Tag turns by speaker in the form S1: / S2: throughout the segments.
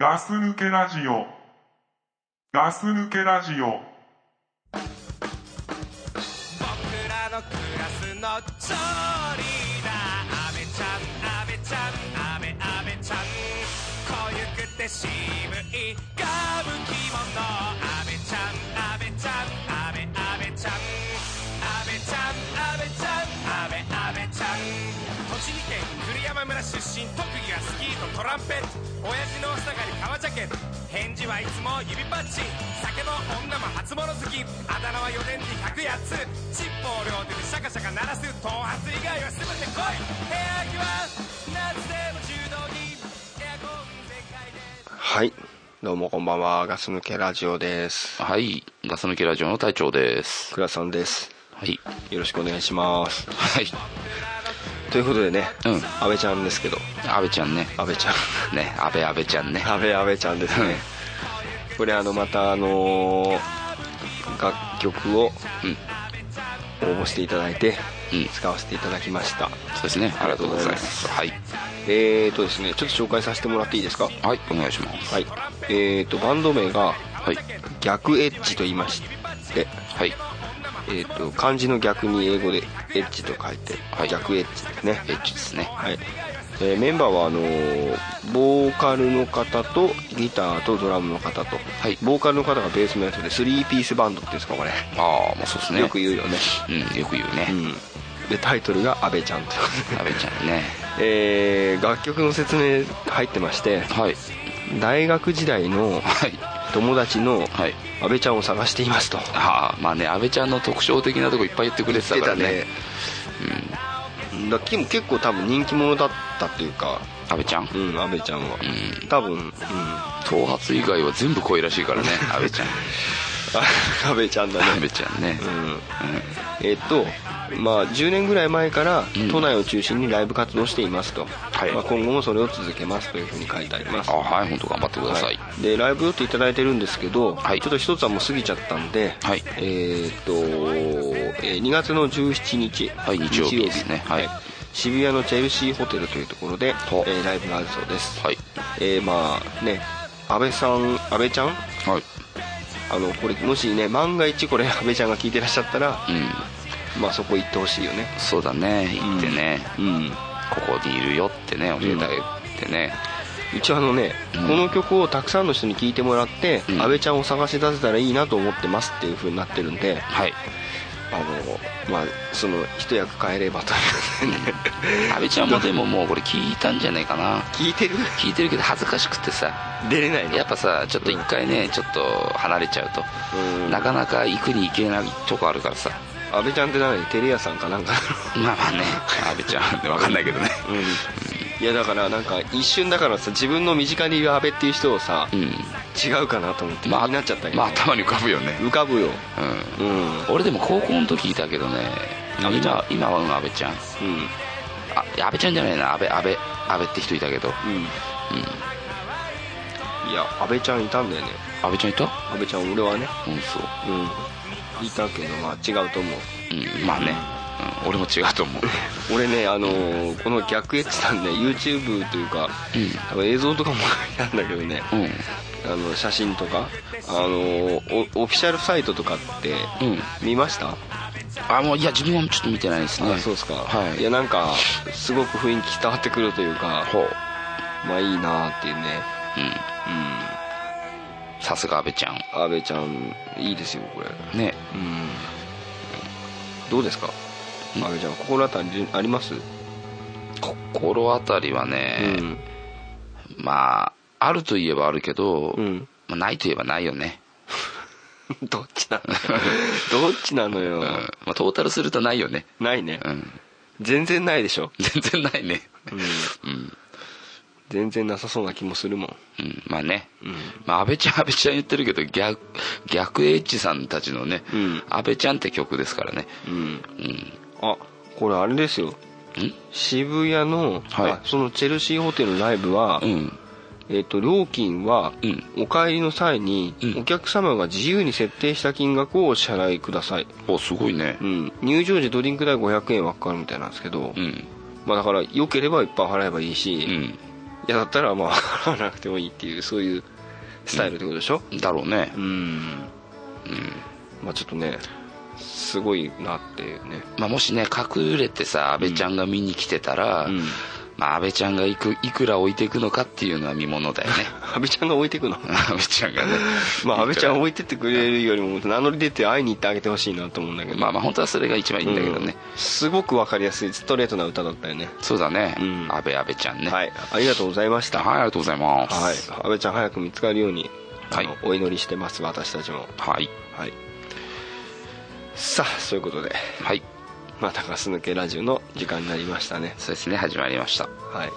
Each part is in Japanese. S1: ガス抜けラジオ。ガス抜けラジオ。
S2: 僕らのクラスの調理だアベちゃんアベちゃんアベアベちゃん濃ゆくて渋い歌舞伎者アベちゃんアベちゃんアベアベちゃんアベちゃんアベちゃんアベアベちゃん栃木県栗山村出身特技がスキーとトランペット親父のお下がり革ジャケット返事はいつも指パッチン酒も女も初物好きあだ名は4年に100やつチップを両手でシャカシャカ鳴らす頭髪以外は全て来い部屋着は夏でも柔道着エアコン全開で
S3: はい。どうもこんばんは。ガス抜けラジオです。
S4: はい、ガス抜けラジオの隊長です。
S3: 倉さんです。
S4: はい。
S3: よろしくお願いします。
S4: はい。
S3: ということでね、
S4: うん
S3: 安倍ちゃんですけど、
S4: 安倍ちゃんね。
S3: 安倍ちゃん。
S4: ね、安倍安倍ちゃんね。
S3: 安倍安倍ちゃんですね。これあの、またあのー楽曲を
S4: うん。
S3: 応募していただいて、
S4: うん
S3: 使わせていただきました。
S4: そうですね。ありがとうございます。はい。
S3: えーとですね、ちょっと紹介させてもらっていいですか
S4: はい、お願いします。
S3: はい。えーと、バンド名が、
S4: はい。
S3: 逆エッジと言いまして、
S4: はい。
S3: えーと、漢字の逆に英語でエッジと書いて、
S4: はい
S3: 逆エッジですね。
S4: エッジですね。
S3: はいえーメンバーはあのーボーカルの方とギターとドラムの方と、
S4: はい
S3: ボーカルの方がベースのやつで3ピースバンドっていうんですかこれ、
S4: ああ、まあそうですね。
S3: よく言うよね、
S4: うん、よく言うね
S3: う。ん、でタイトルが「安倍ちゃん」ということ
S4: 安倍ちゃんね。
S3: で、えー楽曲の説明入ってまして
S4: はい。
S3: 大学時代の
S4: はい。
S3: 友達の
S4: はい。
S3: 安倍ちゃんを探していますと
S4: ああ、まあね、安倍ちゃんの特徴的なとこいっぱい言ってくれてたからね。
S3: うんだキム結構多分人気者だったというか
S4: 安倍ちゃん。
S3: うん安倍ちゃんは、
S4: ん
S3: 多分、うん、
S4: 頭髪以外は全部濃いらしい からね。安倍ちゃん。
S3: 安倍ちゃんだね
S4: 安倍ちゃんね。
S3: うんえっとまあ、10年ぐらい前から
S4: うん
S3: 都内を中心にライブ活動していますと、
S4: い
S3: まあ、今後もそれを続けますというふうに書いてあります
S4: あはい、本当頑張ってください。
S3: はいでライブ予定いただいてるんですけど、
S4: はい
S3: ちょっと一つはもう過ぎちゃったんで、
S4: はい
S3: えーっと、えー2月の17日、
S4: はい日曜日ですねはい
S3: 渋谷のチェルシーホテルというところで、え
S4: ほう
S3: ーライブがあるそうです、
S4: はい。
S3: えーまあね安倍さん安倍ちゃん
S4: はい。
S3: あのこれもしね万が一これ 安倍ちゃんが聞いてらっしゃったら、
S4: うん。
S3: まあ、そこ行ってほしいよね
S4: そうだね行ってね、
S3: うん
S4: ここにいるよってね教えてあげてね、
S3: 一応あのね、
S4: うん
S3: この曲をたくさんの人に聴いてもらって、
S4: うん
S3: 安倍ちゃんを探し出せたらいいなと思ってますっていう風になってるんで
S4: はい
S3: あのまあその一役変えればというね
S4: 阿部ちゃんもでももうこれ聞いたんじゃないかな
S3: 聞いてる
S4: 聞いてるけど恥ずかしくてさ
S3: 出れないの
S4: やっぱさちょっと一回ね、ちょっと離れちゃうと、
S3: うん
S4: なかなか行くに行けないとこあるからさ
S3: 安倍ちゃんって何テレ屋さんかなんか
S4: まあまあね阿部ちゃんって分かんないけどね
S3: うんいやだからなんか一瞬だからさ自分の身近にいる安倍っていう人をさ、
S4: うん
S3: 違うかなと思って気
S4: まあ
S3: になっちゃったけど、
S4: まあ頭に浮かぶよね
S3: 浮かぶよ
S4: うん、
S3: うんうん
S4: 俺でも高校の時だけどね
S3: 阿部ちゃ
S4: 今今はうん阿部ちゃんあ阿部ちゃんじゃないな阿部阿部阿部って人いたけど
S3: うんいや安倍ちゃんいたんだよね
S4: 阿部ちゃんいた
S3: 安倍ちゃん俺はね
S4: うんそう
S3: うんいたけどまあ違うと思う
S4: うん、まあね、うん、俺も違うと思う、
S3: 俺ねあのーこの逆エッジさんね YouTube というか
S4: う
S3: 多分映像とかも なんだけどね
S4: ん、うん、
S3: あの写真とかあのーおオフィシャルサイトとかって
S4: うん、
S3: 見ました、
S4: あもういや自分はちょっと見てないですね
S3: あそうですか、
S4: はい
S3: やなんかすごく雰囲気伝わってくるというか
S4: ほう
S3: まあいいなっていうね
S4: うんさすが阿部ちゃん
S3: うん阿部ちゃんいいですよこれ
S4: ね
S3: うんどうですか
S4: うん
S3: 阿部ちゃん心当たりあります、
S4: 心当たりはね、まああるといえばあるけど、
S3: うん
S4: まあ、ないといえばないよね、
S3: うん どっちな のよどっちなのよ、
S4: うんまあ、トータルするとないよね
S3: ないね、
S4: うん
S3: 全然ないでしょ、
S4: 全然ないね
S3: うん、
S4: うん、
S3: 全然なさそうな気もするもん
S4: うん、まあね
S3: うん
S4: まあ、安倍ちゃん安倍ちゃん言ってるけど逆逆エッジさんたちのね、
S3: うん
S4: 安倍ちゃんって曲ですからね
S3: うん
S4: うん
S3: あこれあれですよ
S4: ん
S3: 渋谷の、
S4: はい
S3: あそのチェルシーホテルのライブは、
S4: うん
S3: えっと料金は、
S4: うん
S3: お帰りの際に、
S4: うん
S3: お客様が自由に設定した金額をお支払いください、
S4: おすごいね
S3: うん、入場時ドリンク代500円はかかるみたいなんですけど、
S4: うん
S3: まあ、だから良ければいっぱい払えばいいし、
S4: うん
S3: 嫌だったらまあ払わなくてもいいっていうそういうスタイルってことでしょ
S4: だろうね
S3: うん、まあちょっとねすごいなっていうね
S4: まあ、もしね隠れてさ安倍ちゃんが見に来てたら、
S3: うん
S4: まあ、安倍ちゃんがいくいくら置いていくのかっていうのは見もの だよね
S3: 安倍ちゃんが置いてくの
S4: 安倍ちゃんがね
S3: まあ安倍ちゃん
S4: い
S3: 置いてってくれるよりも名乗り出て会いに行ってあげてほしいなと思うんだけ
S4: く
S3: ど
S4: らまあまあ本当はそれが一番いいんだけどね、
S3: うんすごくわかりやすいストレートな歌だったよね
S4: そうだね、
S3: うん
S4: 安倍安倍ちゃんね、
S3: はいいありがとうございました
S4: はい、ありがとうございます
S3: はい、安倍ちゃん早く見つかるように、
S4: はい
S3: あのお祈りしてます私たちも
S4: はい、
S3: はいさあそういうことで
S4: はい、
S3: またガス抜けラジオの時間になりましたね
S4: そうですね始まりました
S3: はい、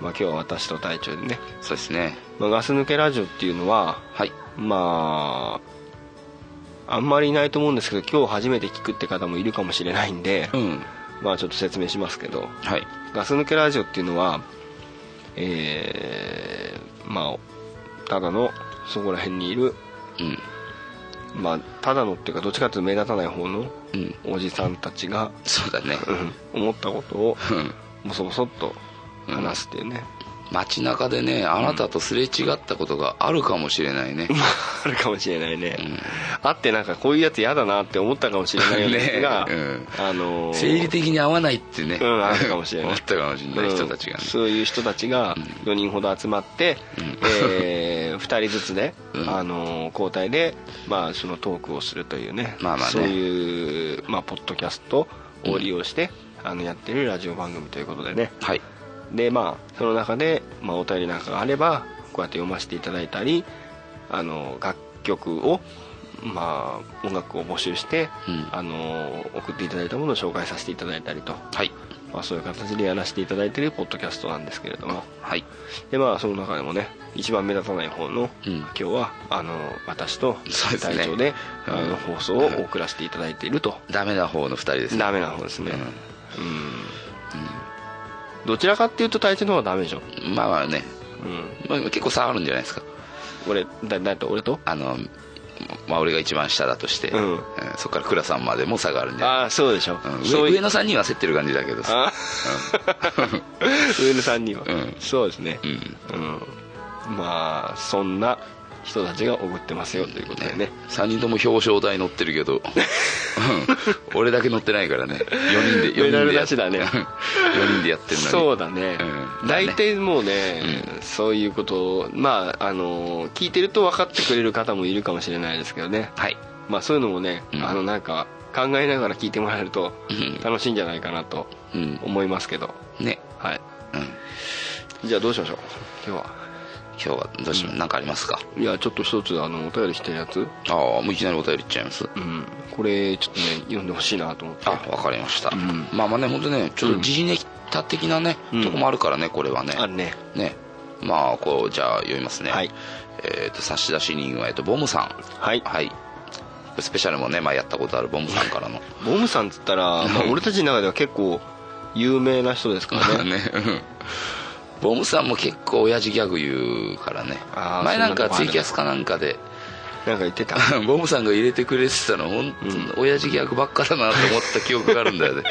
S3: まあ、今日は私と隊長でね、
S4: そうですね
S3: まあ、ガス抜けラジオっていうのは
S4: はい
S3: まああんまりいないと思うんですけど今日初めて聞くって方もいるかもしれないんで、
S4: うん
S3: まあちょっと説明しますけど
S4: はい
S3: ガス抜けラジオっていうのはえーまあただのそこら辺にいる
S4: うん
S3: まあただのっていうかどっちかというと目立たない方の
S4: うん
S3: おじさんたちが、
S4: そうだね
S3: うん思ったことを
S4: うん
S3: もそもそっと話すっていうね、
S4: 街中でねあなたとすれ違ったことがあるかもしれないね、
S3: あるかもしれないね、あってなんかこういうやつ嫌だなって思ったかもしれないんですが、
S4: ねうん
S3: あのー
S4: 生理的に合わないってね、
S3: うんあるかもしれない
S4: 思ったかもしれない人たちが
S3: う
S4: ね
S3: ん、そういう人たちが4人ほど集まって、 え2人ずつね、
S4: うん
S3: あのー交代で、まあ、そのトークをするというね,、
S4: まあまあね
S3: そういう、まあ、ポッドキャストを利用して、あのやってるラジオ番組ということでね
S4: はい
S3: でまあその中で、まあ、お便りなんかがあればこうやって読ませていただいたりあの楽曲をまあ音楽を募集して、
S4: うん
S3: あの送っていただいたものを紹介させていただいたりと、
S4: はい
S3: まあ、そういう形でやらせていただいてるポッドキャストなんですけれども
S4: はい
S3: でまあその中でもね一番目立たない方の、
S4: うん
S3: 今日はあの私と
S4: そうですね
S3: 隊長で
S4: うん
S3: あの放送を送らせていただいていると、
S4: ダメな方の2人ですね
S3: ダメな方ですねうん、どちらかっていうと隊長の方がダメでしょ
S4: まあまあね、
S3: うん
S4: まあ、結構差あるんじゃないですか
S3: 俺だ誰と俺と
S4: あのまあ俺が一番下だとして、
S3: うん
S4: えーそこから倉さんまでも差があるんじゃない
S3: ああそうでしょ、う
S4: うん
S3: そう
S4: 上
S3: い
S4: 上
S3: う
S4: の3人は焦ってる感じだけどさ
S3: あ上の3人は、
S4: うん
S3: そうですね
S4: うん
S3: うんまあそんな人たちが送ってますよということでね
S4: 3人とも表彰台乗ってる けどうん俺だけ乗ってないからね4
S3: メ
S4: 人で
S3: ダ
S4: 4人
S3: ル
S4: でや
S3: な
S4: っ
S3: しだね
S4: 四人でやってるのに
S3: そうだね
S4: うん
S3: 大体もうねそういうことをまああの聞いてると分かってくれる方もいるかもしれないですけどね
S4: はい
S3: まあそういうのもね
S4: うん
S3: あのなんか考えながら聞いてもらえると
S4: うん
S3: 楽しいんじゃないかなと
S4: うん
S3: 思いますけど
S4: ね
S3: はい
S4: うん
S3: じゃあどうしましょう今日は
S4: 今日はどうしよう何かありますか
S3: いやちょっと一つあのお便りしてるやつ、
S4: ああもういきなりお便り言っちゃいます
S3: うん、これちょっとね読んでほしいなと思って
S4: あわかりました、
S3: ん
S4: まあまあね本当ねちょっと時事ネタ的なね、
S3: うん
S4: とこもあるからねこれはね
S3: あるね
S4: ねまあこうじゃあ読みますね
S3: はい
S4: えっ、と差出人は、えっとボムさん
S3: はい
S4: はいこれスペシャルもね前やったことあるボムさんからの
S3: ボムさんっつった ら、まあ、俺たちの中では結構有名な人です からね
S4: ねうんボムさんも結構親父ギャグ言うからね
S3: あー
S4: 前なん
S3: そんな
S4: か
S3: とこある
S4: ツ
S3: ね
S4: イキャスかなんかで
S3: なんか言ってた
S4: ボムさんが入れてくれてたの本当に親父ギャグばっかだなと思った記憶があるんだよね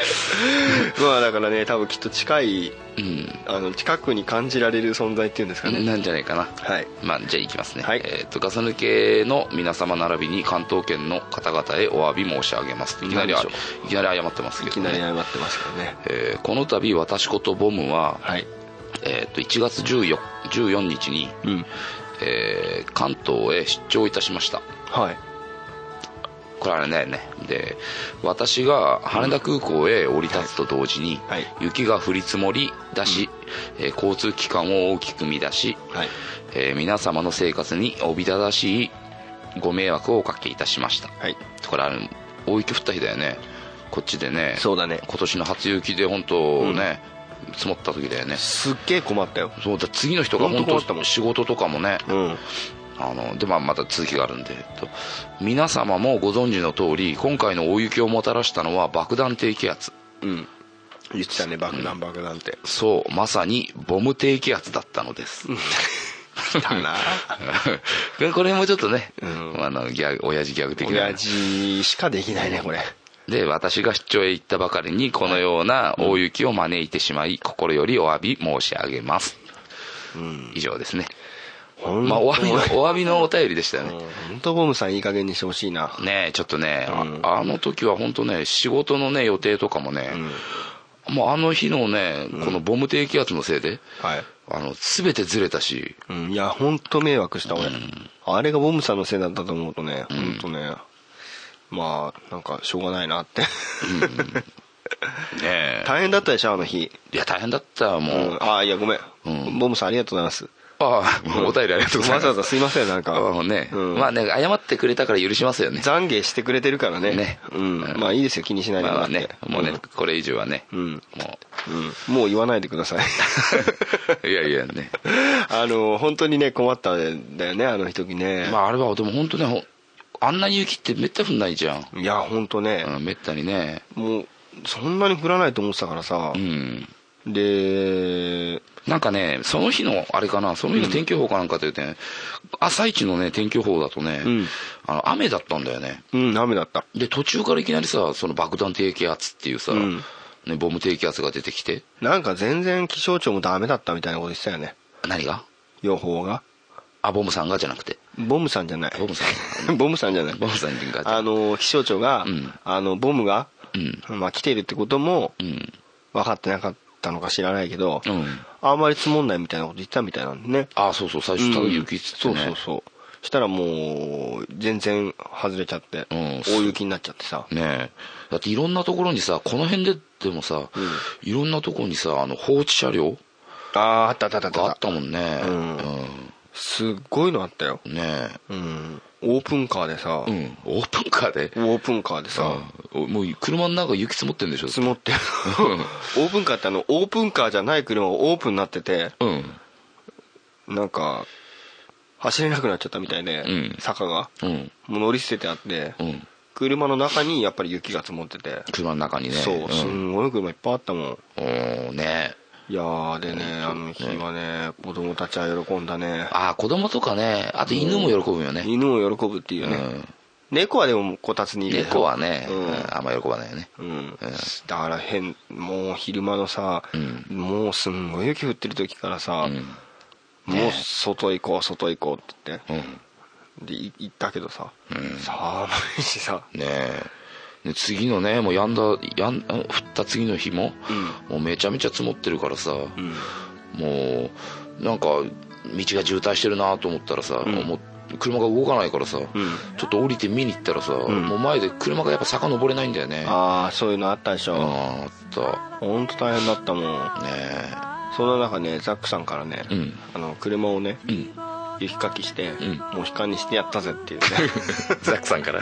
S3: まあだからね多分きっと近い
S4: うん
S3: あの近くに感じられる存在っていうんですかね
S4: なんじゃないかな
S3: はい
S4: まあ、じゃあいきますね、
S3: はい
S4: えっとガス抜けの皆様並びに関東圏の方々へお詫び申し上げますいきなりあ
S3: なんでし
S4: いきなり謝ってます
S3: い
S4: け
S3: き
S4: ど、
S3: なり
S4: ね
S3: 謝ってますけどね
S4: えーこの度私ことボムは、
S3: はい
S4: えっと1月 14, 14日に、
S3: うん
S4: えー関東へ出張いたしました
S3: はい
S4: これあれだよねで私が羽田空港へ降り立つと同時に、
S3: はいはい
S4: 雪が降り積もりだし、えー交通機関を大きく乱し、
S3: はい
S4: えー皆様の生活におびただしいご迷惑をおかけいたしました
S3: はい
S4: これあれ大雪降った日だよねこっちでね
S3: そうだね
S4: 今年の初雪で本当ね、積もった時だよね
S3: すっげえ困ったよ
S4: そうだ次の人が
S3: 本当
S4: 本
S3: 困ったも
S4: 当
S3: ん
S4: 仕事とかもね
S3: うん
S4: あので、まあ、また続きがあるんで、えっと、皆様もご存知の通り今回の大雪をもたらしたのは爆弾低気圧
S3: うん言ってたね爆弾爆弾って
S4: そうまさにボム低気圧だったのです
S3: だな
S4: こ れこれもちょっとね、
S3: うん
S4: あのギャグ親父ギャグ的な
S3: 親父しかできないねこれ
S4: で私が出張へ行ったばかりにこのような大雪を招いてしまい心よりお詫び申し上げます
S3: うん
S4: 以上ですね、
S3: ほん
S4: まあ、お詫びの
S3: う
S4: お
S3: ん
S4: 詫びのお便りでしたよね、
S3: 本当ボムさんいい加減にしてほしいな
S4: ねえちょっとね、あ
S3: うん
S4: あの時は本当ね仕事のね予定とかもね、もうあの日のねこのボム低気圧のせいで、
S3: はい、
S4: あの全てずれたし
S3: うん、いや本当迷惑した俺、あれがボムさんのせいだったと思うとね本当ね、まあなんかしょうがないなって
S4: ねえ
S3: 大変だったでしょあの日、
S4: いや大変だったもう、
S3: うんああいやごめん、
S4: うん
S3: ボムさんありがとうございます
S4: ああお便りありがとうございま
S3: わ
S4: す
S3: ざわざすいませんなんか、
S4: うんね、
S3: うん
S4: まあね謝ってくれたから許しますよね
S3: 懺悔してくれてるからね
S4: ね
S3: うん
S4: うん
S3: まあいいですよ気にしないでも
S4: ま
S3: らっ
S4: あ
S3: て、
S4: ねもうね、これ以上はね、
S3: うん
S4: も
S3: うんもう言わないでください
S4: う いやいやね
S3: あの本当にね困ったんだよねあの時ね、
S4: まああれはでも本当ねほんあんなに雪ってめったに降んないじゃん、
S3: いや本当ね、
S4: うん、めったにね
S3: もうそんなに降らないと思ってたからさ
S4: う、ん
S3: で
S4: なんかねその日のあれかなその日の天気予報かなんかというとね、朝一のね天気予報だとね、
S3: うん
S4: あの雨だったんだよね
S3: うん雨だった
S4: で途中からいきなりさその爆弾低気圧っていうさ、
S3: うん
S4: ね、ボム低気圧が出てきて
S3: なんか全然気象庁もダメだったみたいなこと言ってたよね
S4: 何が
S3: 予報が
S4: あボムさんがじゃなくて
S3: ボムさんじゃない
S4: ボムさん
S3: ボムさんじゃない
S4: ボムさんが
S3: あの気象庁が、
S4: うん
S3: あのボムが、
S4: う
S3: まあ、来ているってことも
S4: うん
S3: 分かってなかったのか知らないけど、
S4: うん
S3: あんまり積もんないみたいなこと言ってたみたいなんでね
S4: あそうそう最初ただ雪っつって
S3: う
S4: ね、
S3: んそうそうそうしたらもう全然外れちゃって、
S4: うん
S3: 大雪になっちゃってさ
S4: ねえだっていろんなところにさこの辺ででもさ、いろんなところにさあの放置車両
S3: あああったあったあった
S4: が
S3: あ
S4: あ
S3: っ
S4: ったもんね
S3: うんすっごいのあったよ、
S4: うんね
S3: うん、オープンカーでさ、
S4: えうんオープンカーで
S3: オープンカーでさ、
S4: うんもう車の中雪積もってんでしょ
S3: 積もってる オープンカーってあのオープンカーじゃない車がオープンになってて
S4: うん
S3: なんか走れなくなっちゃったみたいで、
S4: うん
S3: 坂が
S4: うん
S3: もう乗り捨ててあって、
S4: うん
S3: 車の中にやっぱり雪が積もってて、
S4: 車の中にね
S3: そう、す
S4: ん、
S3: んごい車いっぱいあったもん
S4: おーねえ
S3: いやーでねあの日はね子供たちは喜んだね
S4: ああ子供とかねあと犬も喜ぶよね、
S3: 犬も喜ぶっていううんね、猫はでもこたつにいるでしょ
S4: 猫はね、
S3: うん
S4: うんあんま喜ばないよね
S3: うん、だから変もう昼間のさ、
S4: うん
S3: もうすんごい雪降ってる時からさ、
S4: うん
S3: もう外行こう外行こうって言って
S4: うん
S3: でい行ったけどさ、
S4: うん
S3: 寒いしさ
S4: ねえで次のねもうやんだやんあ降った次の日も、もうめちゃめちゃ積もってるからさ、
S3: ん
S4: もうなんか道が渋滞してるなと思ったらさ、もう車が動かないからさ、ちょっと降りて見に行ったらさ、もう前で車がやっぱ坂登れないんだよねあ
S3: ああそういうのあったでし
S4: あ
S3: ょ、
S4: あった
S3: ほんと大変だったもん
S4: ね
S3: その中ねザックさんからね、
S4: うん
S3: あの車をね、
S4: えうん
S3: 雪かきして、
S4: ん
S3: もう悲観にしてやったぜっていう ね
S4: ザックさんから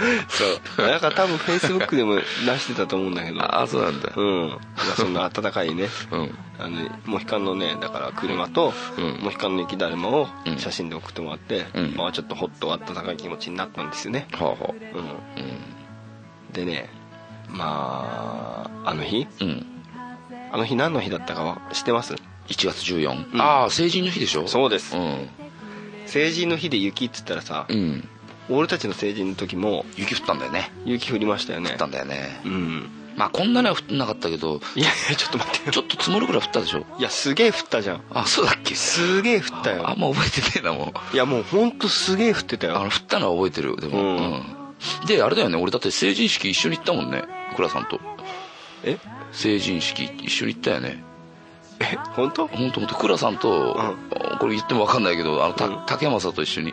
S4: そう
S3: なんか多分フェイスブックでも出してたと思うんだけど
S4: ああそうなんだ
S3: うんまあそんな温かい ね
S4: うん
S3: あのモヒカンのねだから車と、
S4: うん
S3: モヒカンの雪だるまを
S4: うん
S3: 写真で送ってもらって、
S4: うん
S3: まあ、ちょっとホッと温かい気持ちになったんですよね、
S4: はあは
S3: うん、
S4: あ
S3: でねまああの日
S4: うん、うん、
S3: あの日何の日だったかは知ってます
S4: 1月14、
S3: うん
S4: ああ成人の日でしょ
S3: そうです
S4: うん
S3: 成人の日で雪っつったらさ、
S4: うん
S3: 俺たちの成人の時も
S4: 雪降ったんだよね
S3: 雪降りましたよね
S4: 降ったんだよね
S3: うん
S4: まあこんなには降ってなかったけど
S3: いやいやちょっと待ってよ
S4: ちょっと積もるぐらい降ったでしょ
S3: いやすげえ降ったじゃん
S4: あそうだっけ
S3: すげえ降った
S4: あ
S3: よ
S4: んま覚えてねえなもう
S3: いやもうほんとすげえ降ってた
S4: あの降
S3: よ
S4: ったのは覚えてるでも
S3: うん
S4: うんであれだよね俺だって成人式一緒に行ったもんね倉さんと
S3: え
S4: 成人式一緒に行ったよね
S3: え本当
S4: 本当本当倉さんと、これ言っても分かんないけどあのた竹山さんと一緒に
S3: い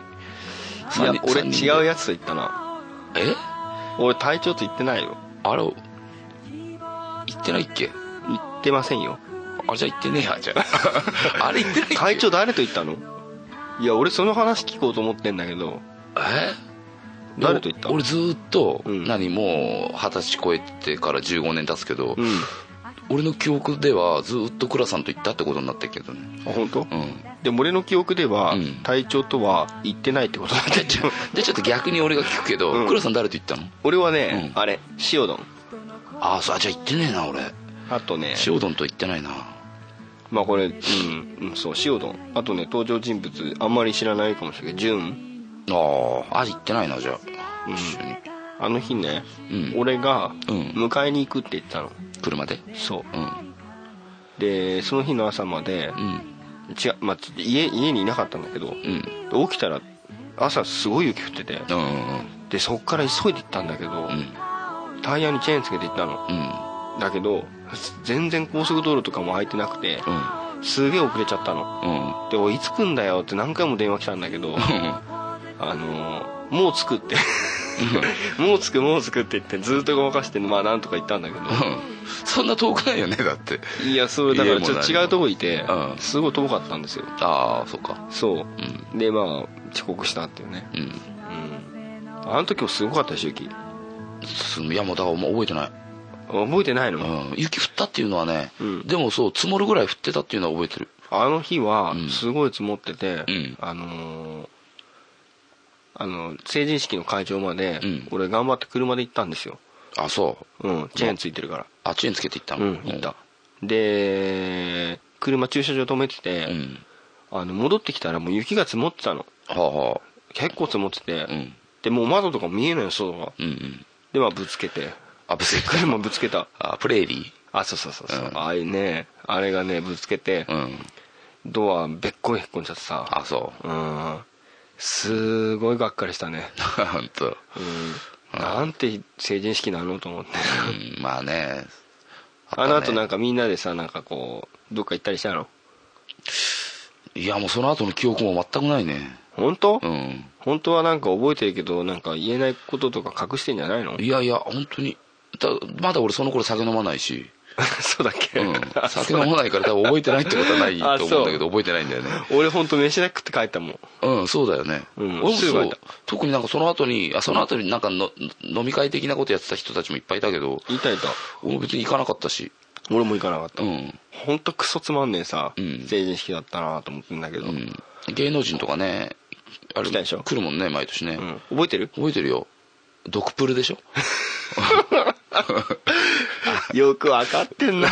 S3: や
S4: 三人
S3: 俺
S4: 三人で
S3: 違うやつと言ったな
S4: え
S3: 俺隊長と言ってないよ
S4: あれ行ってないっけ
S3: 言ってませんよ
S4: あじゃあ行ってねえやじゃああれ行ってないっけ
S3: 隊長誰と言ったのいや俺その話聞こうと思ってんだけど
S4: え
S3: 誰と行った
S4: 俺ずーっと、
S3: うん
S4: 何もう二十歳超えてから15年経つけど、
S3: うん
S4: 俺の記憶ではずーっと倉さんと行ったってことになってるけどね
S3: あ本当？
S4: うん
S3: でも俺の記憶では、
S4: うん
S3: 隊長とは言ってないってことだった
S4: でち ょでちょっと逆に俺が聞くけど、
S3: うん
S4: 倉さん誰と行ったの
S3: 俺はね、
S4: うん
S3: あれ塩丼
S4: ああそうあじゃあ行ってねえな俺
S3: あとね
S4: 塩丼と行ってないな
S3: まあこれうん、うん、そう塩丼あとね登場人物あんまり知らないかもしれないけど潤
S4: あーあ行ってないなじゃあ、
S3: うん
S4: 一緒に
S3: あの日ね、
S4: うん
S3: 俺が
S4: うん
S3: 迎えに行くって言ったの、
S4: 車で
S3: そう
S4: うん
S3: でその日の朝まで、
S4: うん
S3: 違う、まあ、ちょっと家家にいなかったんだけど
S4: うん
S3: 起きたら朝すごい雪降ってて
S4: うんうん
S3: でそっから急いで行ったんだけど、
S4: うん
S3: タイヤにチェーンつけて行ったの
S4: うん
S3: だけど全然高速道路とかも空いてなくて
S4: うん
S3: すげえ遅れちゃったの
S4: うん
S3: で「おいいつ来んだよ」って何回も電話来たんだ けどあのーもう着くってもう着くもう着くって言ってずっとごまかしてまあなんとか言ったんだけど
S4: そんな遠くないよねだって
S3: いやそうだからちょっと
S4: 家も
S3: 違
S4: 何も
S3: うとこいて
S4: うん
S3: すごい遠かったんですよ
S4: ああそっか
S3: そううでまあ遅刻したっていうね
S4: うん
S3: うんあの時もすごかったでしょ雪
S4: すいやもうだからお前覚えてない、
S3: 覚えてないの、
S4: うん、雪降ったっていうのはね、
S3: うん
S4: でもそう積もるぐらい降ってたっていうのは覚えてる
S3: あの日は
S4: うん
S3: すごい積もってて、
S4: うん
S3: あのーあの成人式の会場まで、
S4: うん
S3: 俺頑張って車で行ったんですよ、
S4: あそう
S3: うん、チェーンついてるから
S4: あっちにつけていった
S3: う
S4: の
S3: ん行ったで車駐車場止めてて、
S4: うん
S3: あの戻ってきたらもう雪が積もってたの
S4: はあは
S3: 結構積もってて、
S4: あうん
S3: でもう窓とかも見えないよ外が
S4: うんうん
S3: でまあぶつけて
S4: あぶつけた
S3: 車ぶつけた
S4: あプレーリ
S3: あそうそうそうそう、
S4: うん
S3: ああいうねあれがねぶつけて、
S4: ーうん
S3: ドアべっこん引っ込んじゃってさ
S4: あそう
S3: うんすごいがっかりしたね、
S4: ほんと
S3: うん、なんて成人式なのと思って
S4: うんまあね
S3: あの後なん
S4: か
S3: かみんなでさなんかこうどっか行ったりしたの
S4: いやもうその後の記憶も全くないね
S3: 本当、
S4: うん
S3: 本当はなんか覚えてるけどなんか言えないこととか隠してんじゃないの
S4: いやいや本当にだまだ俺その頃酒飲まないし、
S3: そうだっけ、
S4: うん
S3: あ
S4: 酒飲まないから多分覚えてないってことはないと思うんだけ
S3: あそ
S4: ど覚えてないんだよね
S3: 俺本当飯なくって帰ったもん
S4: うんそうだよね、
S3: うん
S4: 俺も
S3: すぐ
S4: そ
S3: 入っ
S4: う
S3: た
S4: 特になんかその後にあその後になんかの飲み会的なことやってた人たちもいっぱいいたけど
S3: 言いたいと
S4: 俺も別に行かなかったし
S3: 俺も行かなかった、
S4: う
S3: ほん、
S4: ん、
S3: 本当クソつまんねえさ、
S4: うん
S3: 成人式だったなと思ってんだけど、
S4: う
S3: うん
S4: ん、芸能人とかねあれ
S3: 来たでしょ
S4: 来るもんね毎年ね、
S3: 覚えてる
S4: 覚えてるよドクプルでしょ
S3: よくわかって んな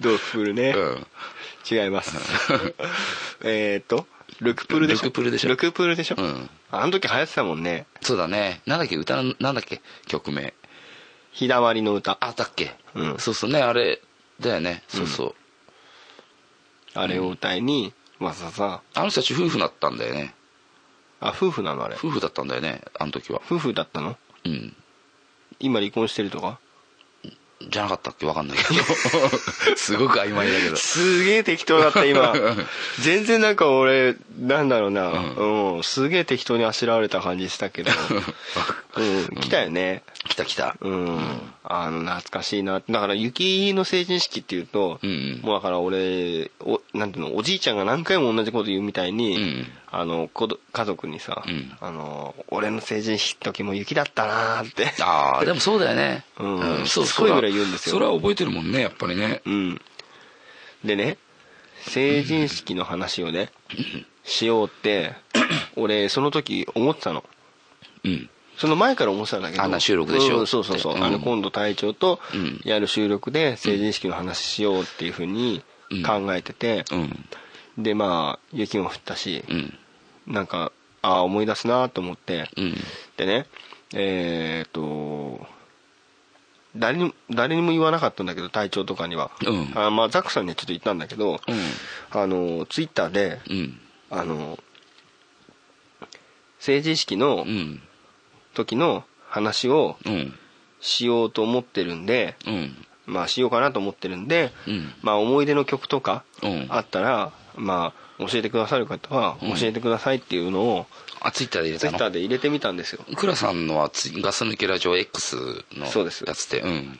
S3: ドクプルね、
S4: うん
S3: 違います えーっとルクプルでしょ
S4: ルクプルでしょ
S3: ルクプルでしょ、
S4: うん
S3: あの時流行ってたもんね
S4: そうだねなんだっけ歌のなんだっけ曲名
S3: 「日だまりの歌」
S4: あだっけ、
S3: うん
S4: そうそうねあれだよねそうそう、
S3: あれを歌いにわざわざ
S4: あの人たち夫婦だったんだよね
S3: あ夫婦なのあれ
S4: 夫婦だったんだよねあの時は
S3: 夫婦だったの
S4: うん
S3: 今離婚してるとか
S4: じゃなかったっけわかんないけど すごく曖昧だけど
S3: すげえ適当だった今 全然なんか俺なんだろうな、う
S4: うん
S3: すげえ適当にあしらわれた感じした けど、うん、来たよね
S4: 来た来た
S3: うん、あの懐かしいなだから雪の成人式っていうと、
S4: うん
S3: もうだから俺おなんていうのおじいちゃんが何回も同じこと言うみたいに、
S4: うん
S3: あの子ど家族にさ、
S4: うん
S3: あの「俺の成人式の時も雪だったな」って
S4: ああでもそうだよね
S3: うん
S4: そう
S3: しつ
S4: そ
S3: こ
S4: う
S3: いぐらい言うんですよ
S4: それは覚えてるもんねやっぱりね
S3: うんでね成人式の話をね、しよう って俺その時思ってたの
S4: うん
S3: その前から思ってたんだけど
S4: あんな収録でしょ
S3: うんそうそうそう、
S4: うん
S3: あの今度隊長と
S4: うん
S3: やる収録で成人式の話しようっていうふうに考えてて、
S4: うん
S3: でまあ雪も降ったし、
S4: うん
S3: なんかああ思い出すなと思って、
S4: うん
S3: でねえーっと誰にも誰にも言わなかったんだけど隊長とかには、
S4: うん
S3: あまあ、ザックさんにはちょっと言ったんだけど、
S4: う
S3: あのツイッターで
S4: うん
S3: あの成人式の
S4: うん
S3: 時の話を
S4: うん
S3: しようと思ってるんで、
S4: うん
S3: まあしようかなと思ってるんで、
S4: うん
S3: まあ思い出の曲とか
S4: うん
S3: あったら、まあ教えてくださる方は教えてくださいっていうのを
S4: あツイッターで入れ
S3: ツイ
S4: た
S3: ッター
S4: の
S3: で入れてみたんですよ
S4: クラさんのはツイガス抜けラジオ X の
S3: そうです
S4: やつでうん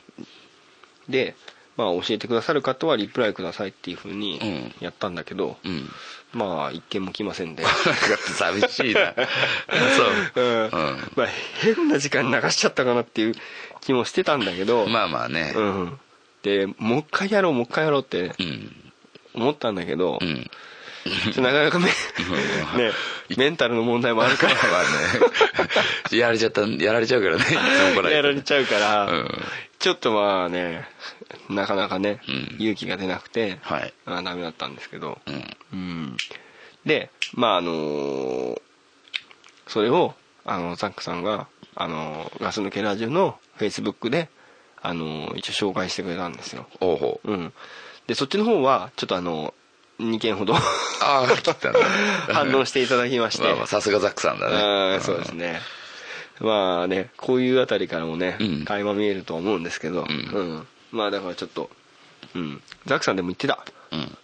S3: で、まあ、教えてくださる方はリプライくださいっていうふうに
S4: う
S3: やったんだけど、
S4: うん
S3: まあ一件も来ませんで、
S4: 寂 しいな
S3: う
S4: そ
S3: ん
S4: う
S3: まあ、変な時間流しちゃったかなっていう気もしてたんだけど、
S4: うんまあまあね
S3: うん、でもう一回やろうもう一回やろうって
S4: うん
S3: 思ったんだけど、
S4: うん
S3: ちょなかなかめ、ね
S4: うん、
S3: メンタルの問題もあるか
S4: まあね やられちゃったやられちゃうからねいつも来な
S3: ら
S4: いと
S3: やられちゃうから、
S4: うん
S3: ちょっとまあねなかなかね、
S4: うん
S3: 勇気が出なくて、
S4: はい
S3: あダメだったんですけど、
S4: うん
S3: うんでまああのーそれをあのザックさんが、あのーガス抜けラジオのフェイスブックで、あのー一応紹介してくれたんですよ、
S4: おうほう
S3: うん、でそっちの方はちょっとあの2件ほど
S4: ああ切ったんだ
S3: 反応していただきまして
S4: まあまあさすがザックさんだ
S3: あ
S4: ね
S3: ーそうですねまあねこういうあたりからもね、
S4: うん
S3: 垣間見えると思うんですけど、
S4: ん
S3: うんまあだからちょっと、うん、ザクさんでも言ってた
S4: うん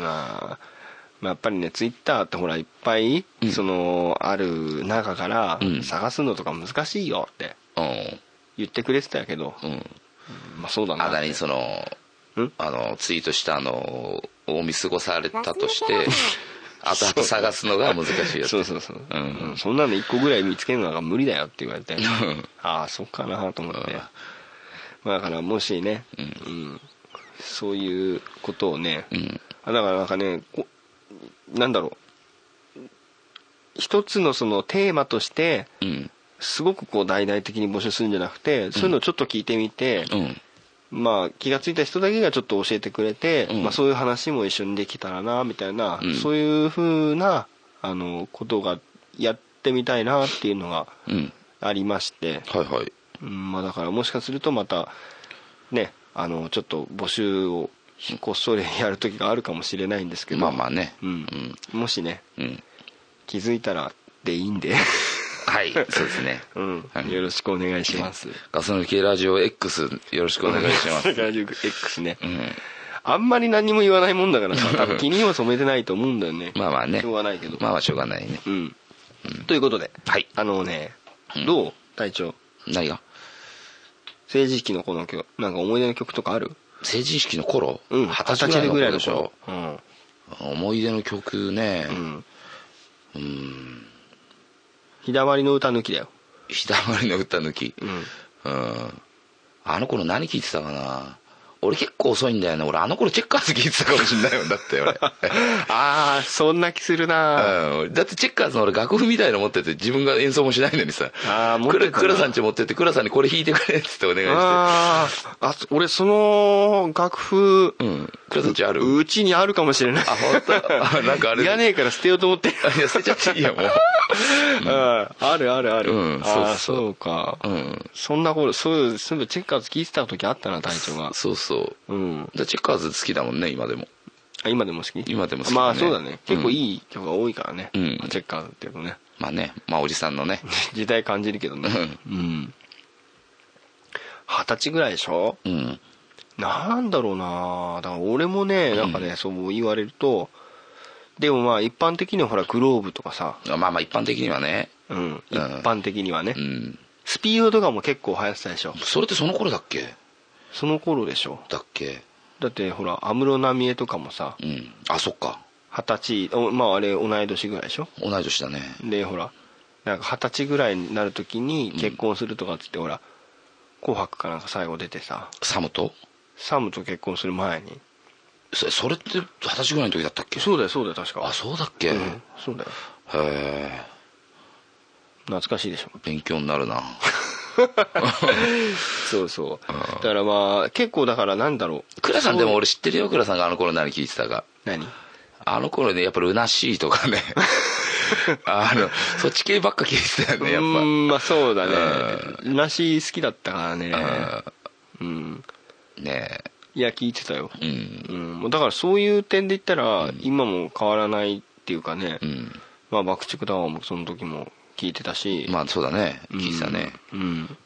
S3: まあ、まあ、やっぱりねツイッターってほらいっぱい、
S4: うん
S3: そのある中から
S4: うん
S3: 探すのとか難しいよって
S4: うん
S3: 言ってくれてたけど、
S4: うん
S3: まあそうだな
S4: あ
S3: って
S4: だにその
S3: ん
S4: あのツイートしたのを見過ごされたとして後々探すのが難しいよ
S3: そうそうそう、
S4: うん
S3: うんそんなの1個ぐらい見つけるのが無理だよって言われて
S4: ん
S3: ああそっかなと思って、
S4: うん
S3: まあ、だからもしね、
S4: うん
S3: うんそういうことをね、
S4: うん
S3: あだからなんかねこなんだろう一つのそのテーマとして
S4: うん
S3: すごくこう大々的に募集するんじゃなくてそういうのをちょっと聞いてみて、
S4: うん
S3: まあ、気が付いた人だけがちょっと教えてくれて、
S4: うん
S3: まあ、そういう話も一緒にできたらなみたいな、
S4: うん
S3: そういうふうなあのことがやってみたいなっていうのが
S4: うん
S3: ありまして、
S4: はいはい
S3: うんまあ、だからもしかするとまたねあのちょっと募集をこっそりやる時があるかもしれないんですけど
S4: まあまあね
S3: うんもしね
S4: うんうん
S3: 気づいたらでいいんで、
S4: はいそうですね
S3: うん
S4: はい
S3: よろしくお願いします。
S4: ガス抜きラジオ X よろしくお願いします
S3: ラジオ X ね、
S4: うん
S3: あんまり何も言わないもんだから さ多分気には染めてないと思うんだよね
S4: まあまあね
S3: しょうがないけど
S4: まあまあしょうがないね
S3: うん、ということで
S4: はい
S3: あのね
S4: うん
S3: どう隊長
S4: 何が
S3: 政治期のこの曲なんか思い出の曲とかある
S4: 成人式の頃
S3: うん
S4: 二十歳ぐらいの頃でしょ
S3: うん
S4: 思い出の曲ね
S3: うん
S4: うん
S3: 日だまりの歌抜きだよ
S4: ひだまりの歌抜き
S3: うん
S4: うんあの頃何聞いてたかな俺結構遅いんだよね俺あの頃チェッカーズ聞いてたかもしんないもんだっ て俺
S3: ああそんな気するな
S4: うん、だってチェッカーズの俺楽譜みたいの持ってて自分が演奏もしないのにさ
S3: あー持ってたな
S4: 倉倉さんち持ってって倉さんにこれ弾いてくれっつってお願いし
S3: あーあそ俺その楽譜
S4: てうん倉さんちある
S3: うちにあるかもしれない
S4: あ本 当あなんかあれ
S3: いらねえから捨てようと思って
S4: あいや捨てちゃっていいよもう
S3: うんあるあるある、
S4: うん
S3: ああ
S4: そうそう
S3: そうか、
S4: うん
S3: そんな頃そういうそういえばチェッカーズ聞いてた時あったな隊長が
S4: そうそう
S3: うん
S4: だチェッカーズ好きだもんね今でも
S3: あ今でも好き
S4: 今でも好きだね
S3: まあそうだね結構
S4: うん
S3: いい曲が多いからね、
S4: うん
S3: チェッカーズっていうとね
S4: まあねまあおじさんのね
S3: 時代感じるけどね
S4: う
S3: うん二十歳ぐらいでしょ
S4: うん
S3: なんだろうなだから俺もねなんかね、そう言われるとでもまあ一般的にはほらグローブとかさ、
S4: まあまあ一般的にはね
S3: うん、一般的にはね、
S4: うん
S3: スピードとかも結構流行ってたでしょ
S4: それってその頃だっけ
S3: その頃でしょ
S4: だっけ
S3: だってほら安室奈美恵とかもさ
S4: うんあそっか
S3: 二十歳おまああれ同い年ぐらいでしょ
S4: 同い年だね
S3: でほらなんか二十歳ぐらいになるときに結婚するとかっつって、ほら「紅白」かなんか最後出てさ
S4: サムと
S3: サムと結婚する前に
S4: そそれって二十歳ぐらいの時だったっけ
S3: そうだよそうだよ確か
S4: あそうだっけ、
S3: う
S4: へ
S3: ん、そうだよ
S4: え
S3: 懐かしいでしょ
S4: 勉強になるな
S3: そうそうだからまあ結構だからなんだろう
S4: 倉さんでも俺知ってるよ倉さんがあの頃何聞いてたか
S3: 何
S4: あの頃ねやっぱルナシー とかねあのそっち系ばっか聞いてたよねや
S3: うー
S4: っ
S3: んまあそうだねなし好きだったからね
S4: ぱ、
S3: うん
S4: うん、ね
S3: いや聞いてたよ
S4: えうん
S3: うん、だからそういう点で言ったら、今も変わらないっていうかね、
S4: うん
S3: まあ爆竹タワーもその時も聞いてたし、
S4: まあそうだね
S3: うん
S4: 聞いてたね
S3: うん、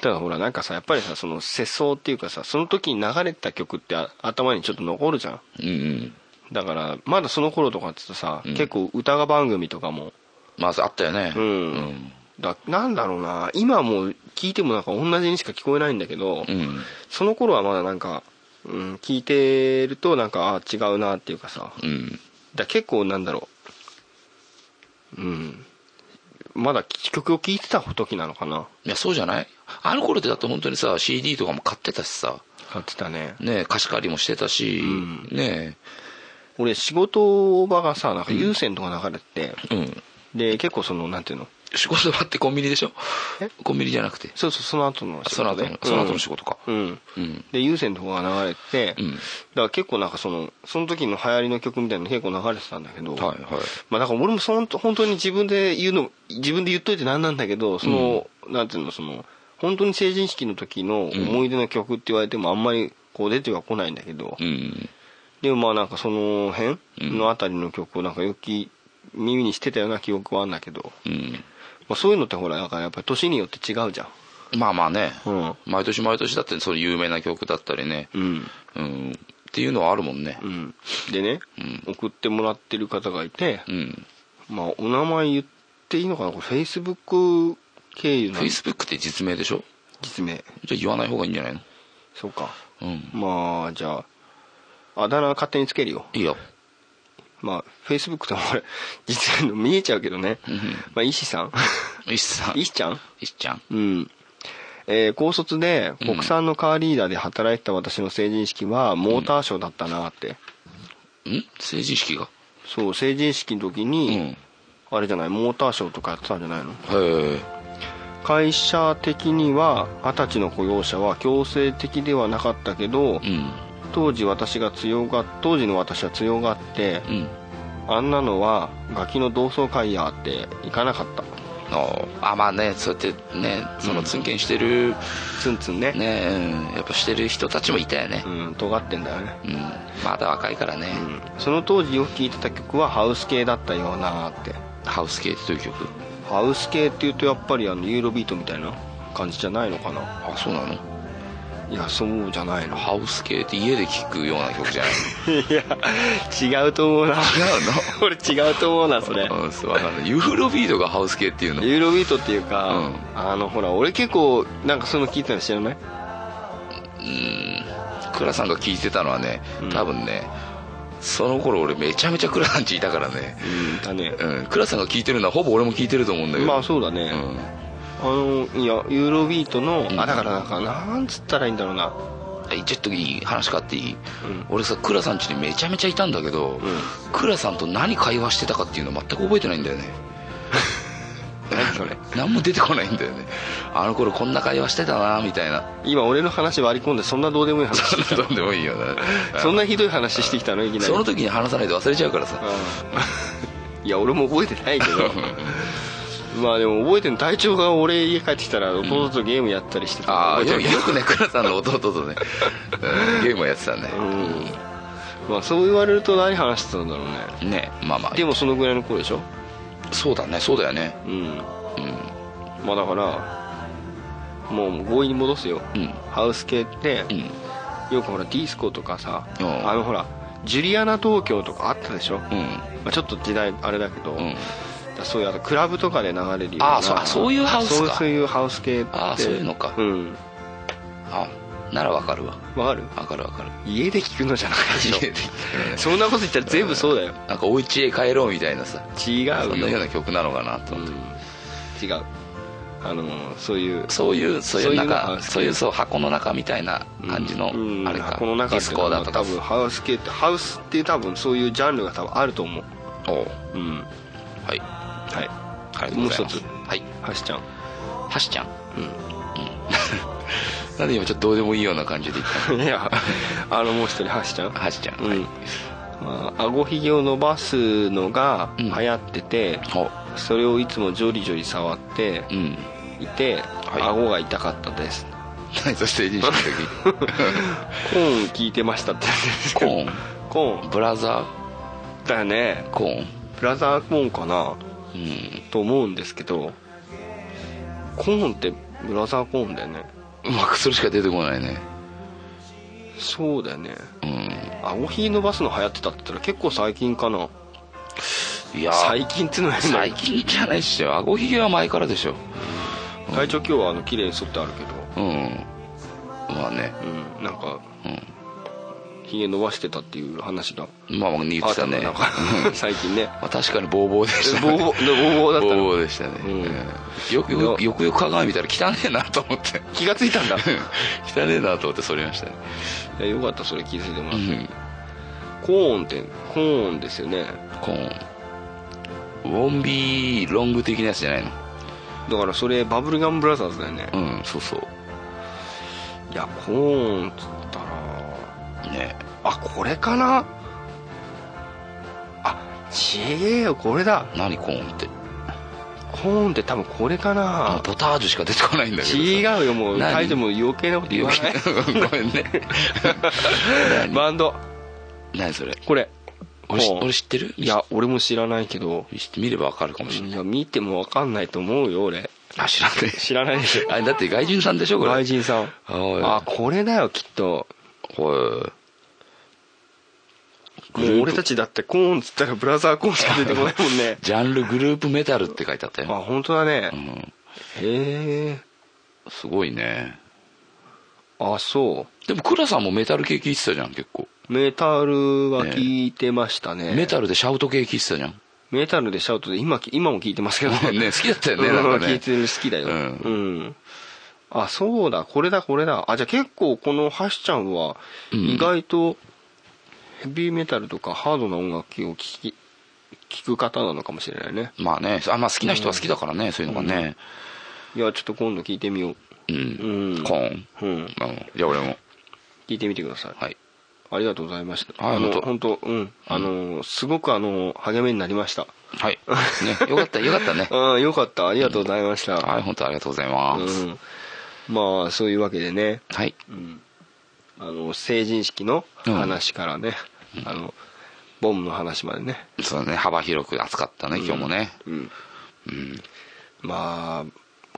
S3: ただほらなんかさやっぱりさその世相っていうかさその時に流れてた曲ってあ頭にちょっと残るじゃん
S4: うんうん
S3: だからまだその頃とかって言うとさ、
S4: うん
S3: 結構歌が番組とかも
S4: まああったよね
S3: うん、だなんだろうな今もう聞いてもなんか同じにしか聞こえないんだけど、
S4: うん、うん
S3: その頃はまだなんか、うん、聞いてるとなんかあ違うなっていうかさ、
S4: うん
S3: だから結構なんだろううんまだ曲を聴いてた時なのかない
S4: やそうじゃないあの頃ってだって本当にさ CD とかも買ってたしさ
S3: 買ってたね
S4: ねえ貸し借りもしてたし、
S3: ん
S4: ね
S3: 俺仕事場がさなんか有線とか流れてて、
S4: えうん
S3: で結構そのなんていうの
S4: 仕事場ってコンビニでしょ
S3: え
S4: コンビニじゃなくて
S3: そうそうその後の仕
S4: その
S3: 事
S4: 後
S3: で
S4: のその後の仕事か
S3: うん、うん
S4: うん
S3: で有線とかが流れてて、
S4: うん
S3: だから結構なんかそのその時の流行りの曲みたいなの結構流れてたんだけど、
S4: はいはい
S3: まあ、だから俺もその本当に自分で言うの自分で言っといてなんなんだけどその、なんていうのその本当に成人式の時の思い出の曲って言われてもあんまりこう出てはこないんだけど、
S4: うん
S3: でもまあなんかその辺のあたりの曲をなんかよき耳にしてたような記憶はあんだけど、
S4: うん
S3: まあ、そういうのってほらだからやっぱり年によって違うじゃん
S4: まあまあね、
S3: うん
S4: 毎年毎年だってそういう有名な曲だったりね、
S3: うん
S4: うんっていうのはあるもんね
S3: うんでね、送ってもらってる方がいて、
S4: うん
S3: まあお名前言っていいのかなこれフェイスブック経由の
S4: フェイスブックって実名でしょ
S3: 実名
S4: じゃあ言わない方がいいんじゃないの
S3: そうか
S4: うん
S3: まあじゃああだ名勝手につけるよ
S4: いいよ
S3: まあフェイスブックってこれ 実名の見えちゃうけどね、まあ石さ ん
S4: 石さん
S3: 石ちゃん
S4: 石ちゃん
S3: うん、えー高卒で国産のカーリーダーで働いてた私の成人式はモーターショーだったなって、
S4: ん成人式が
S3: そう成人式の時
S4: うん
S3: に、
S4: へ
S3: あれじゃないモーターショーとかやってたんじゃないの
S4: え
S3: 会社的には二十歳の雇用者は強制的ではなかったけど
S4: うん
S3: 当時私が強が当時の私は強がって
S4: うん
S3: あんなのはガキの同窓会やって行かなかった
S4: ああまあねそうやってねそのツンケンしてる、
S3: ツンツンね
S4: ねうんやっぱしてる人たちもいたよね
S3: うん尖ってんだよね、
S4: うん、まだ若いからね、
S3: うん、その当時よく聴いてた曲はハウス系だったよなって
S4: ハウス系っていう曲
S3: ハウス系っていうとやっぱりあのユーロビートみたいな感じじゃないのかな
S4: あそうなの
S3: いやそうじゃないの
S4: ハウス系って家で聴くような曲じゃない
S3: いや違うと思うな
S4: 違
S3: 俺違うと思う なそれ
S4: のうんそうあのユーロビートがハウス系っていうの
S3: ユーロビートっていうか、
S4: うん
S3: あのほら俺結構なんかそういうの聞いてたの知らない
S4: 倉さんが聴いてたのはね多分ね、その頃俺めちゃめちゃ倉さんちいたからね
S3: うんだね
S4: うん倉さんが聴いてるのはほぼ俺も聴いてると思うんだけど
S3: まあそうだね、
S4: うん
S3: あのいやユーロビートの、
S4: ん
S3: あだからなんかなんつったらいいんだろうな
S4: えちょっといい話変わっていい、
S3: うん
S4: 俺さ倉さん家にめちゃめちゃいたんだけど、
S3: ん
S4: 倉さんと何会話してたかっていうの全く覚えてない んだよね
S3: 何それ
S4: 何も出てこないんだよねあの頃こんな会話してたなみたいな
S3: 今俺の話割り込んでそんなどうでもいい話してき
S4: ど うでもいいよな
S3: た そんなひどい話してきたのいきなり
S4: その時に話さないと忘れちゃうからさ
S3: うん いや俺も覚えてないけど まあでも覚えてる体調が俺家帰ってきたら弟とゲームやったりしてた
S4: ああ
S3: 覚え
S4: よ
S3: てるけ
S4: よくね倉さんの弟とね、うんゲームをやってたね
S3: どうんまあそう言われると何話してたんだろうね
S4: ねまあまあ
S3: でもそのぐらいの頃でしょ
S4: そうだねそうだよね
S3: うん
S4: うん
S3: まあだからもう強引に戻すよ、
S4: うん
S3: ハウス系って、
S4: うん
S3: よくほらディスコとかさ、
S4: うん
S3: あのほらジュリアナ東京とかあったでしょ、
S4: う
S3: ま
S4: ん
S3: あ、ちょっと時代あれだけど、
S4: うん
S3: だそういうあとクラブとかで流れるような
S4: あーそうあそういうハウスか
S3: そうそういうハウス系って
S4: あーそういうのか
S3: うん
S4: あならわかるわ
S3: わかる
S4: わかるわかる
S3: 家で聞くのじゃないでしょ
S4: 家で聞くの
S3: そんなこと言ったら全部そうだよ
S4: なんかお家へ帰ろうみたいなさ
S3: 違うよ
S4: そんなような曲なのかな
S3: う
S4: と思
S3: ん
S4: って、
S3: 違うあのそういう
S4: そういうそういう
S3: そういうの
S4: 中
S3: が
S4: そういうそう箱の中みたいな感じの
S3: うん
S4: あれか、
S3: この
S4: デ
S3: 中
S4: ィスコだとか
S3: 多分ハウス系ってハウスって多分そういうジャンルが多分あると思う
S4: おう
S3: うん
S4: はい
S3: はい
S4: ありがとうございま
S3: も
S4: す
S3: う一つ
S4: はい
S3: はしちゃん
S4: はしちゃんうん、 なんで今ちょっとどうでもいいような感じで言っ
S3: いやあのもう一人はしちゃん
S4: たのはしちゃん、
S3: うん
S4: はい
S3: まあ顎ひげを伸ばすのが流行ってて、それをいつもジョリジョリ触って
S4: おうん
S3: いて、
S4: い
S3: 顎が痛かったです
S4: 何 そして成人式の時
S3: コーン聞いてましたってやつです
S4: コ
S3: けど
S4: ー
S3: コー
S4: ン
S3: ン
S4: ブラザ
S3: だよね
S4: ーコーン
S3: ブラザーコーンかな
S4: うん
S3: と思うんですけどコーンってブラザーコーンだよね
S4: うまくそれしか出てこないね
S3: そうだよね
S4: うん
S3: 顎ひ伸ばすの流行ってたって言ったら結構最近かない
S4: や
S3: 最近っつうのは変だ
S4: 最近じゃないっしょ顎ひげは前からでしょ
S3: 体調今日はあの綺麗に剃ってあるけど
S4: うんまあね
S3: うんなんか
S4: う
S3: ひげ伸ばしてたっていう話が
S4: んまあまあ言ってたね
S3: あったのなんか 最近ね
S4: まあ、確かにボーボーでし た
S3: ボー
S4: ね
S3: ボーボーボーだった
S4: ボー
S3: の
S4: ボーでしたね、
S3: うん
S4: うんよくよくよくよく鏡見たら汚ねえなと思って
S3: 気がついたんだ
S4: 汚ねえなと思ってそれましたね
S3: いやよかったそれ気づいてもら
S4: う
S3: って、
S4: ん
S3: コーンってコーンですよね
S4: コーンウォンビーロング的なやつじゃないの
S3: だからそれバブルガンブラザーズだよね、
S4: うんそうそう
S3: いやコーンっつったら
S4: ね
S3: あこれかなあちげえよこれだ
S4: 何コーンって
S3: コーンって多分これか
S4: あ
S3: な
S4: ポタージュしか出てこないんだけど
S3: 違うよもう
S4: 何
S3: 大丈夫もう余計なこと言わない
S4: ごめんね
S3: バンド
S4: 何それ
S3: これ
S4: 俺し
S3: こう
S4: 俺知ってる
S3: いや俺も知らないけど
S4: 見せて見ればわかるかもしれない
S3: いや見ても分かんないと思うよ俺
S4: あ知らない
S3: 知らないですよ
S4: あれだって外人さんでしょこれ
S3: 外人さん
S4: はい
S3: あこれだよきっと
S4: は
S3: もう俺たちだってコーンっつったらブラザーコーンしか出てこないもんね
S4: いジャンルグループメタルって書いてあった
S3: あ
S4: よ、
S3: 本当だね
S4: うん、
S3: へえ
S4: すごいね
S3: あそ
S4: でも倉さんもメタル系聞いてたじゃん結構、
S3: うメタルは聞いてましたね
S4: メタルでシャウト系聞いてたじ ゃん
S3: メタルでシャウトで今今も聞いてますけど
S4: ね好きだったよねなんかね
S3: 聞いてる好きだよ
S4: う
S3: うんん、あそうだこれだこれだあじゃあ結構このハシちゃんは
S4: うん
S3: 意外とヘビーメタルとかハードな音楽を聴き聞く方なのかもしれないね
S4: まあねあ、まあ、好きな人は好きだからね、そういうのがね
S3: いやちょっと今度聞いてみよう
S4: うん、
S3: うん
S4: コーン、
S3: うん
S4: うんじゃあ俺も
S3: 聞いてみてください、
S4: はい
S3: ありがとうございました
S4: はい
S3: あの
S4: 本
S3: 本当うんあのすごくあの励みになりました
S4: はい、ね、よかったよかったね
S3: うんよかったありがとうございました、
S4: はい本当ありがとうございます、
S3: うん、まあそういうわけでね
S4: はい
S3: あの成人式の話からね、あのボムの話までね、
S4: そうだね幅広く扱ったね今日もね、
S3: うんま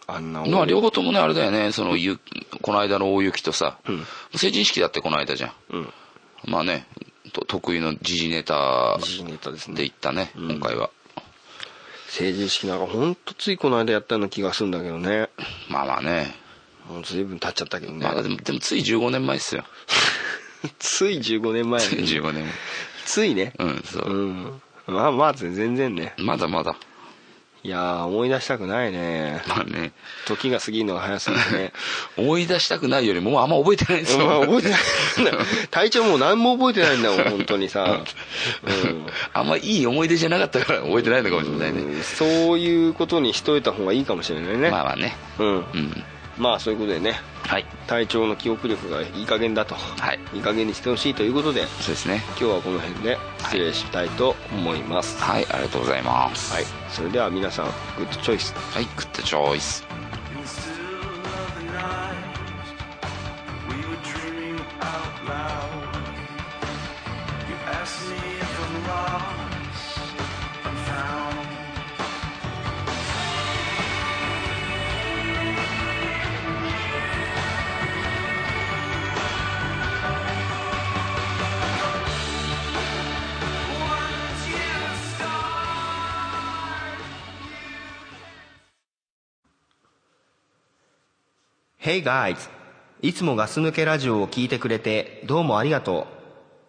S3: ああんな
S4: まあ両方ともねあれだよねそのゆこの間の大雪とさ、
S3: ん
S4: 成人式だってこの間じゃん
S3: うん
S4: まあねと得意の時事ネタ
S3: 時事ネタですね
S4: でいったね、
S3: うん
S4: 今回は
S3: 成人式なんかほんとついこの間やったような気がするんだけどね
S4: まあまあね
S3: もう随分経っちゃったけどね、
S4: まあでもでもつい15年前っすよ
S3: つい15年前
S4: つい15年
S3: ついね
S4: 前うんそうう、
S3: んまあまあ全然ね
S4: まだまだ
S3: いやー思い出したくないね
S4: まあね
S3: 時が過ぎるのが早すぎて ね
S4: 思い出したくないよりももうあんま覚えてないですよ、
S3: まあ覚えてないんだ体調もう何も覚えてないんだもん本当にさ、うん、
S4: あんまいい思い出じゃなかったから覚えてないのかもしれないね、
S3: うんそういうことにしといた方がいいかもしれないね、
S4: まあまあね
S3: うん、
S4: うん
S3: まあそういうことでね
S4: はい
S3: 体調の記憶力がいい加減だと、
S4: はい
S3: い加減にしてほしいということで
S4: そうですね
S3: 今日はこの辺で失礼したいと思います、
S4: はいありがとうございます
S3: はい、それでは皆さんグッドチョイス
S4: はいグッドチョイス
S2: In the still of the night, we were dreaming out loud. You asked me if I'm lost, I'm found. Once you start.
S5: ヘイガイズいつもガス抜けラジオを聞いてくれてどうもありがとう。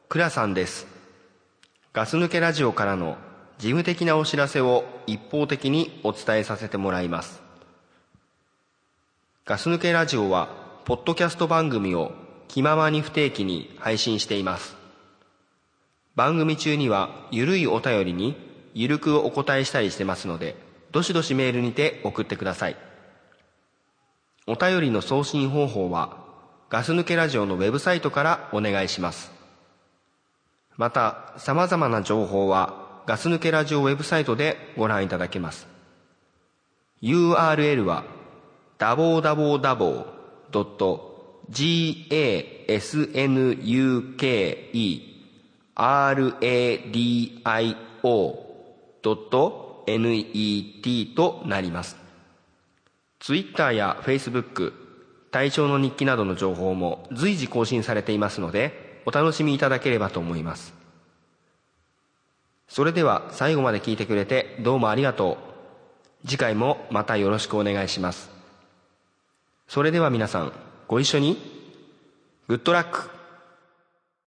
S5: クラさんです。ガス抜けラジオからの事務的なお知らせを一方的にお伝えさせてもらいます。ガス抜けラジオは、ポッドキャスト番組を気ままに不定期に配信しています。番組中には、ゆるいお便りに、ゆるくお答えしたりしてますので、どしどしメールにて送ってください。お便りの送信方法は、ガス抜けラジオのウェブサイトからお願いします。また、様々な情報は、ガス抜けラジオウェブサイトでご覧いただけます。URL は、www.gasnukeradio.net となります。ツイッターやフェイスブック体調の日記などの情報も随時更新されていますので、お楽しみいただければと思います。それでは最後まで聞いてくれてどうもありがとう。次回もまたよろしくお願いします。それでは皆さん、ご一緒に、グッドラック